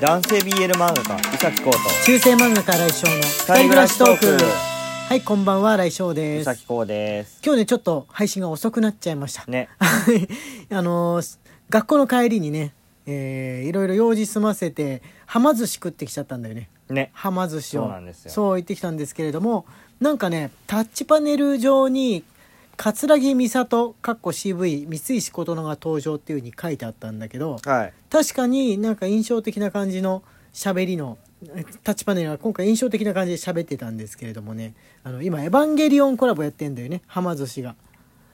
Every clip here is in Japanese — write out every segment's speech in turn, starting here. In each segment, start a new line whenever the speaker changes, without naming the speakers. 男性 BL 漫画家伊崎浩と
中世漫画家来翔の
二人暮らしトーク
はいこんばんは来翔で
伊
す
崎浩です
今日ねちょっと配信が遅くなっちゃいました、
ね
はい あのー学校の帰りにねえーいろいろ用事済ませてはま寿司食ってきちゃったんだよね
ね
はま寿司を
そうなんですよ
そう行ってきたんですけれどもなんかねタッチパネル上に桂木美里かっこ CV 三石琴乃が登場っていう風に書いてあったんだけど、
はい
確かになんか印象的な感じの喋りのえタッチパネルが今回印象的な感じで喋ってたんですけれどもねあの今「エヴァンゲリオン」コラボやってんだよねはま寿司が、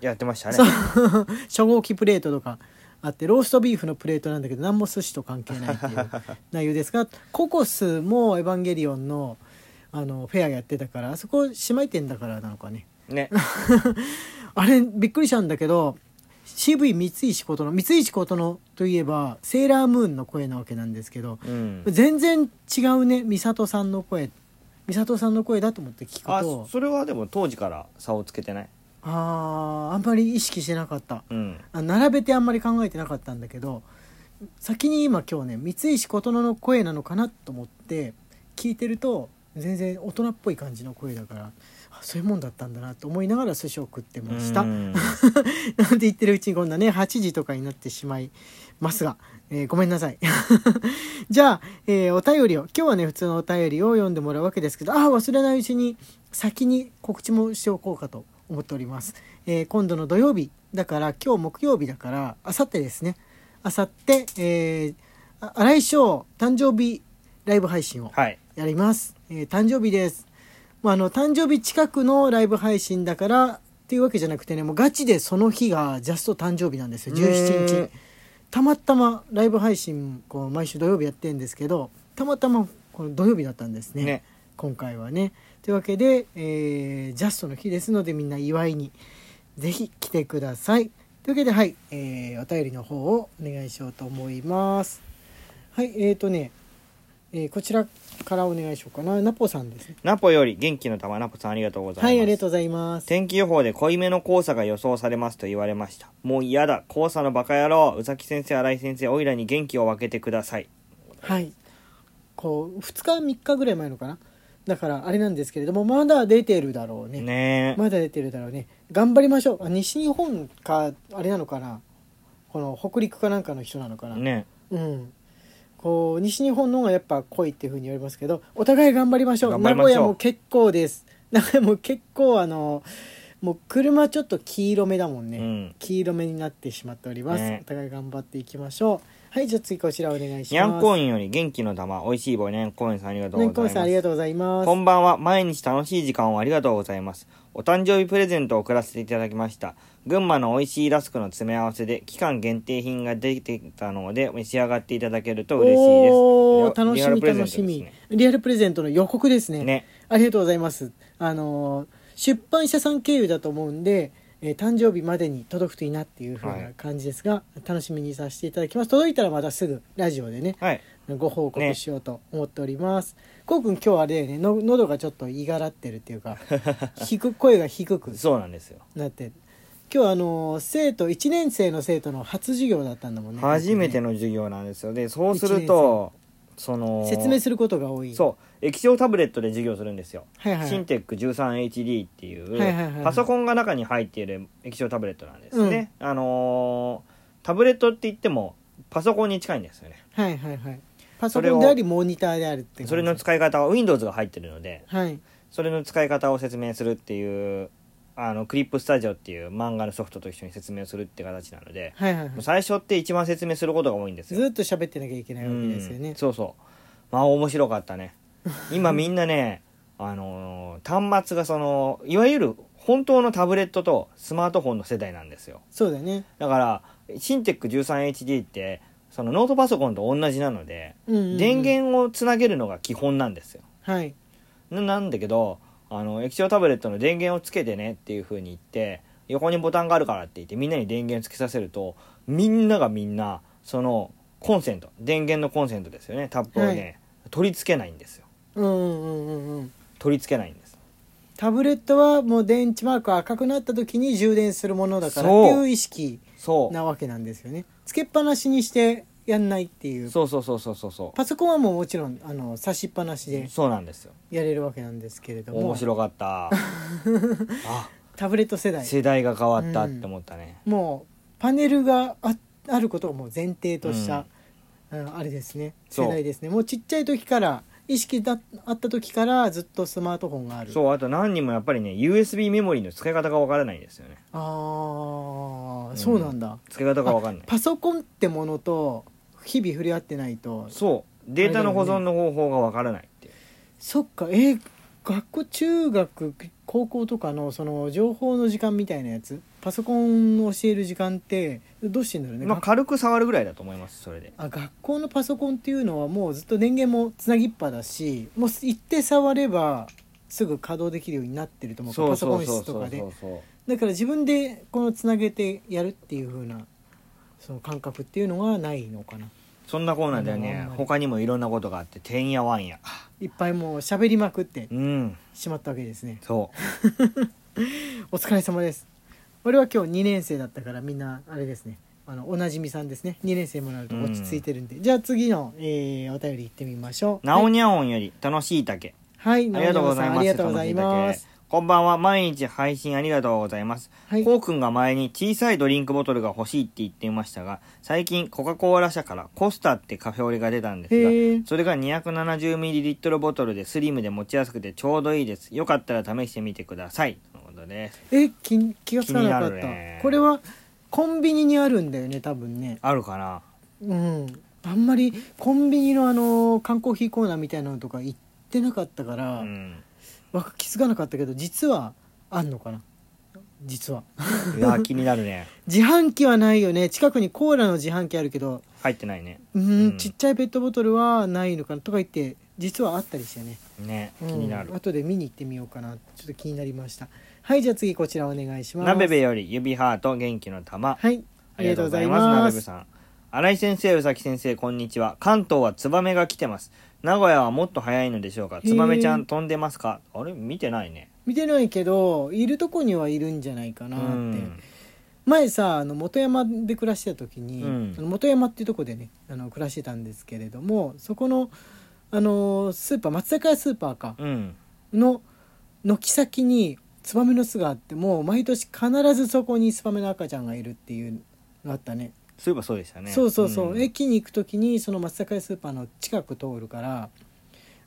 やってましたね
そう 初号機プレートとかあってローストビーフのプレートなんだけど何も寿司と関係ないっていう内容ですがココスも「エヴァンゲリオンの」あのフェアやってたからあそこ姉妹店だからなのかね
ね
あれびっくりしたんだけど CV 三石琴乃三石琴乃といえばセーラームーンの声なわけなんですけど、
うん
全然違うね美里さんの声美里さんの声だと思って聞 く
あ
と
それはでも当時から差をつけてない
あああんまり意識してなかった
うん
あ並べてあんまり考えてなかったんだけど先に今今日ね三石琴乃の声なのかなと思って聞いてると全然大人っぽい感じの声だからあそういうもんだったんだなと思いながら寿司を食ってました。
うん
なんて言ってるうちにこんなね8時とかになってしまいますが、えーごめんなさい じゃあ、えーお便りを今日はね普通のお便りを読んでもらうわけですけどあー忘れないうちに先に告知もしておこうかと思っております、えー今度の土曜日だから今日木曜日だからあさってですねあさってえーあ新井翔誕生日ライブ配信を
はい
やります、えー誕生日です、まあ、あの誕生日近くのライブ配信だからっていうわけじゃなくてねもうガチでその日がジャスト誕生日なんですよ
う
17
ん
日たまたまライブ配信こう毎週土曜日やってるんですけどたまたまこの土曜日だったんですね
ね
今回はねというわけで、えージャストの日ですのでみんな祝いにぜひ来てくださいというわけではい、えーお便りの方をお願いしようと思いますはいえーとねえーこちらからお願いしようかな。ナポさんですね。
ナポより元気の玉ナポさんありがとうございます
はい、ありがとうございます。
天気予報で濃いめの黄砂が予想されますと言われましたもう嫌だ黄砂のバカ野郎宇崎先生新井先生おいらに元気を分けてください
はい。こう、2日、3日ぐらい前のかな。だから、あれなんですけれども、まだ出てるだろうね。
ねえ
まだ出てるだろうね。頑張りましょう。あ西日本か、あれなのかな。この北陸かなんかの人なのかな。
ね
うん。こう、西日本の方がやっぱ濃いっていうふうに言われますけど、お互い頑張りましょう。
頑張
名
りましょう
古屋も結構です。 名古屋も結構、あの、もう車ちょっと黄色めだもんね。
うん
黄色めになってしまっております、
ね
お互い頑張っていきましょうはいじゃあ次こちらお願いし
にゃ
ま
ん
す
こインより元気の玉おいしい棒にゃんこインさんありがとうござい
にゃんこ
ま
ん
す
さんありがとうございます
こんばんは。毎日楽しい時間をありがとうございます。お誕生日プレゼントを送らせていただきました。群馬の美味しいラスクの詰め合わせで期間限定品が出てきたので召し上がっていただけると嬉しいです。
おー楽
リ
し
アル
み
プレゼン
楽
ト
しみ
で
リアルプレゼントの予告です
す
ね
ね。ね。
ありがとうございますあのー出版社さん経由だと思うんで、えー誕生日までに届くといいなっていう風
は
ない感じですが、楽しみにさせていただきます届いたらまたすぐラジオでね
はい。
ご報告しようと思っております、こうくん今日はあれだよねの喉がちょっといがらってるってい うか低く声が低く
そうなんですよ。
なって今日あの生徒1年生の生徒の初授業だったんだもんね
初めて
の
の授業なんですよ。で、そうすると、その、
説明することが多い
そう液晶タブレットで授業するんですよ、
はいはい
シンテック 13HD っていう、
はいはいはい
パソコンが中に入っている液晶タブレットなんですね、あのータブレットって言ってもパソコンに近いんですよね
はいはいはいパソ
それ
コ
を
ンでありモニターであるって感じ
それの使い方は Windows が入ってるので
はい
それの使い方を説明するっていうあのクリップスタジオっていう漫画のソフトと一緒に説明するって形なので、
はいはいはい
もう最初って一番説明することが多いんですよ
ずっと喋ってなきゃいけないわけですよ
う
ね
ん、そうそうまあ面白かった ね今みんなねあのー端末がそのいわゆる本当のタブレットとスマートフォンの世代なんですよ
そうだよね
だからシンテック 13HD ってそのノートパソコンと同じなので、
うんうんうん
電源をつなげるのが基本なんですよ
はい
ななんだけどあの液晶タブレットの電源をつけてねっていう風に言って横にボタンがあるからって言ってみんなに電源つけさせるとみんながみんなそのコンセント電源のコンセントですよねタップをね、
はい
取り付けないんですよ
うんうんうんうんうん
取り付けないんです
タブレットはもう電池マークが赤くなった時に充電するものだからっ
そう
ていう意識
そう
なわけなんですよねつけっぱなしにしてやんないっていう
そうそうそうそうそうそ
パソコンはもうもちろんあの差しっぱなし
う
で
そうなんですよ
やれるわけなんですけれども
面白かった あ
タブレット世代
世代が変わったって思ったね、
もうパネルがああることをもう前提とした、うんあれですね
そう
世代ですねもうちっちゃい時から意識だあった時からずっとスマートフォンがある
そうあと何人もやっぱりね USB メモリーの使い方がわからないんですよね
ああそうなんだ、
使い方がわかんない
パソコンってものと日々触れ合ってないと
そうデータの保存の方法がわからないっていう
そっかえー学校中学高校とかのその情報の時間みたいなやつパソコンを教える時間ってどうしてんだろうね、
まあ軽く触るぐらいだと思いますそれで
あ学校のパソコンっていうのはもうずっと電源もつなぎっぱだしもう一定触ればすぐ稼働できるようになってると思うから
そう
パソ
そうそうそ
コン室とか
う
で
そうそう
だから自分でこのつなげてやるっていう風なその感覚っていうのがないのかな
そんなコーナーではね
うん
他にもいろんなことがあっててんやわんや
いっぱいもう喋りまくって
うん
しまったわけですね
そ
お疲れ様です俺は今日2年生だったからみんなあれですねあのおなじみさんですね2年生もなると落ち着いてるんで、じゃあ次の、えーお便り行ってみましょ
う
う
なおにゃおんより楽しい竹
はい、
ありがとうございます
ありがとうございます
楽しい竹こんばんは毎日配信ありがとうございます
はい
こうくんが前に小さいドリンクボトルが欲しいって言っていましたが最近コカ・コーラ社からコスタってカフェオレが出たんですが
へえ
それが 270ml ボトルでスリムで持ちやすくてちょうどいいですよかったら試してみてくださいとのことです
え気気がつかなか
気
っ
に
た、
なるね
これはコンビニにあるんだよね多分ね
あるかな
うんあんまりコンビニのあの缶コーヒーコーナーみたいなのとか行ってなかったか
う
ら、
ん
わか気づかなかったけど実はあんのかな実はい
や気になるね
自販機はないよね近くにコーラの自販機あるけど
入ってないね
うーん、
うん
ちっちゃいペットボトルはないのかなとか言って実はあったりしてね、
ね気
うん
になる、
後で見に行ってみようかなちょっと気になりましたはいじゃあ次こちらお願いします
なべべより指ハート元気の玉、
はいあ
あ
り
りがとう
がとうご
ご
ざ
ざ
い
います。
ま
鍋部
す
さん。新井先生、宇崎先生、こんにちは。関東はツバメが来てます。名古屋はもっと早いのでしょうか。
へー
ツバメちゃん飛んでますかあれ見てないね。
見てないけどいるとこにはいるんじゃないか
う
なって、
ん。
前さあの元山で暮らしてた時に、
うん
あの元山っていうとこでねあの暮らしてたんですけれどもそこのあのスーパー松坂屋スーパーか
うん。
の軒先にツバメの巣があってもう毎年必ずそこにツバメの赤ちゃんがいるっていうのがあったね
そういえばそうでしたね。
そうそうそう、
ん
駅に行く時にその松坂屋スーパーの近く通るから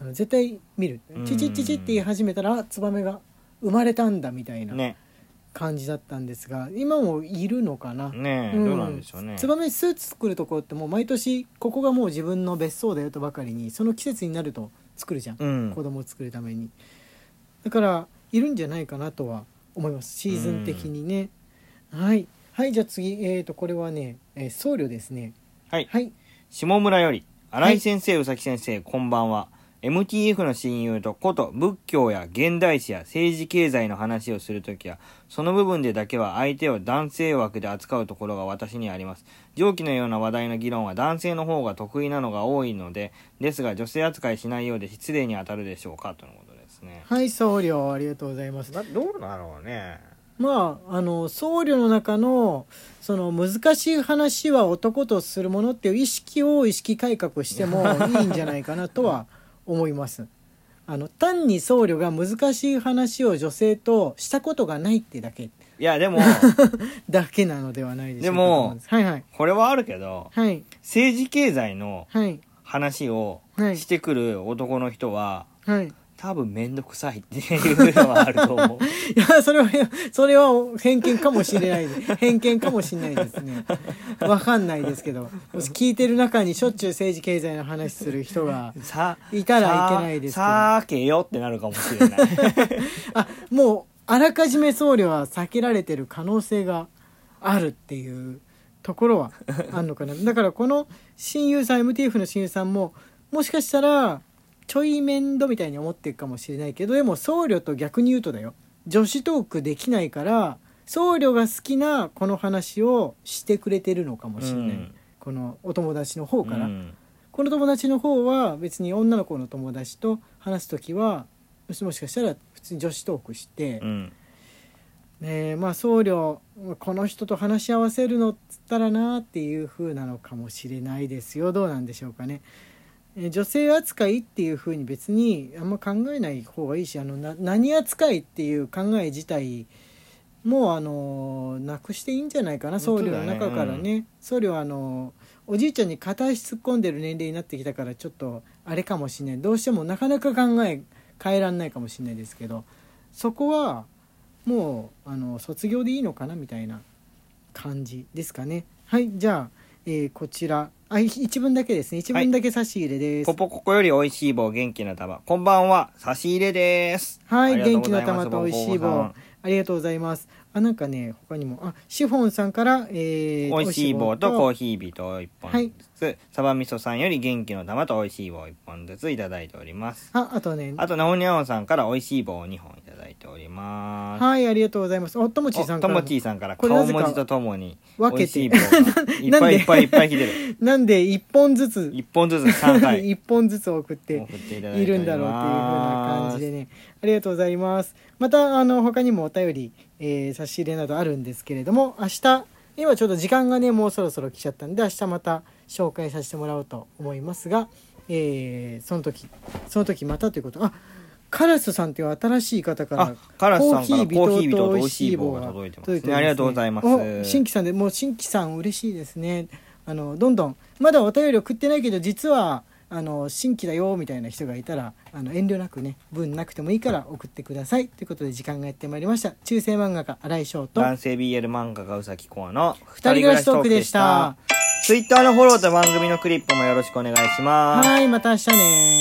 あの絶対見る
うん
チチチチって言い始めたらあツバメが生まれたんだみたいな
ね。
感じだったんですが、今もいるのかな、
ね
うん
どうなんでしょうね。
ツバメスーツ作るところってもう毎年ここがもう自分の別荘だよとばかりにその季節になると作るじゃん、
うん。
子供を作るためにだからいるんじゃないかなとは思いますシーズン的にね、はいはいじゃあ次えー、とこれはね、えー僧侶ですね
はい。
はい
下村より。新井先生、宇崎先生、こんばんは。MTF の親友とこと仏教や現代史や政治経済の話をするときは、その部分でだけは相手を男性枠で扱うところが私にはあります。上記のような話題の議論は男性の方が得意なのが多いので、ですが女性扱いしないようで失礼に当たるでしょうか、とのことですね。
はい僧侶ありがとうございます
どうだろうね。
まああの僧侶の中のその難しい話は男とするものっていう意識を意識改革してもいいんじゃないかなとは 思います。あの単に僧侶が難しい話を女性としたことがないってだけ
いや、 でも、
だけなのではないでしょうか
でも
はいはい
これはあるけど、
はい
政治経済の
はい
話を
はい
してくる男の人は、
はい。い
多分めんどくさいっていうのはあると思う
やそれはそれは偏見かもしれないです偏見かもしれないですね。わかんないです けど聞いてる中にしょっちゅう政治経済の話する人が。
さ
いたらいけないですけど
さーけよってなるかもしれない
あもうあらかじめ僧侶は避けられてる可能性があるっていうところはあるのかな だからこの親友さん MTF の親友さんももしかしたらちょい面倒みたいに思ってるかもしれないけどでも僧侶と逆に言うとだよ女子トークできないから僧侶が好きなこの話をしてくれてるのかもしれない、
うん
このお友達の方から。
うん
この友達の方は別に女の子の友達と話す時はもしもしかしたら普通に女子トークして
う、ん
えーまあ僧侶この人と話し合わせるのっつったらなっていう風なのかもしれないですよどうなんでしょうかね。えー女性扱いっていう風に別にあんま考えない方がいいしあのな何扱いっていう考え自体もうあのーなくしていいんじゃないかな僧侶の中
本当
から
だ
ね僧侶はあのーおじいちゃんに片足突っ込んでる年齢になってきたからちょっとあれかもしれないどうしてもなかなか考え変えらんないかもしれないですけどそこはもうあの卒業でいいのかなみたいな感じですかねはいじゃあ、えーこちらあい一文だけですね一文だけ差し入れです
ポポココより美味しい棒元気な玉こんばんは差し入れです
はい
ありがうござ
元
ます
気な玉と美味し
ボ
い棒
ンボンさん
ありがとうございますあなんかね他にもあシフォンさんから、えー、
美味しい棒とコー
こ
ヒービと1本
はい
ずつ、サバ味噌さんより元気の玉と美味しい棒1本ずついただいております
ああとね
あとナオニャオンさんから美味しい棒を2本いただいております
はいありがとうございますおともち
お
さん
と
からも
もちーさんから
これな
顔
ぜか
文字とともに
分
美
け
味しい
て
棒がいっぱいいっぱいいっぱい来てる
なんで一本ずつ
1本ずつ3 回
一本ずつ送って
送っていただ
い
いてお
る
り
んだろうっていう風な
ま
感
す
じでねありがとうございますまたあの他にもお便り、えー差し入れなどあるんですけれども明日今ちょっと時間がねもうそろそろ来ちゃったんで明日また紹介させてもらおうと思いますが、えーその時その時またということあカラスさんという新しい方から
あカラスさんからコ
コー
ー
ヒ
ヒー微
ー微
糖
糖
と
と美
美
味
味
し
し
い
い
棒
棒
が
が
届
届
い
い
て
てますす
まね
ねありがとうございます
お新規さんでもう新規さん嬉しいですねあのどんどんまだお便り送ってないけど実はあの新規だよみたいな人がいたらあの遠慮なくね分なくてもいいから送ってくださいということで時間がやってまいりました中世漫画家新井翔と
男性 BL 漫画がうさきこうの二
人暮らしトークでし
人暮ら
た
しトークでした Twitter のフォローと番組のクリップもよろしくお願いします
はいまた明日ね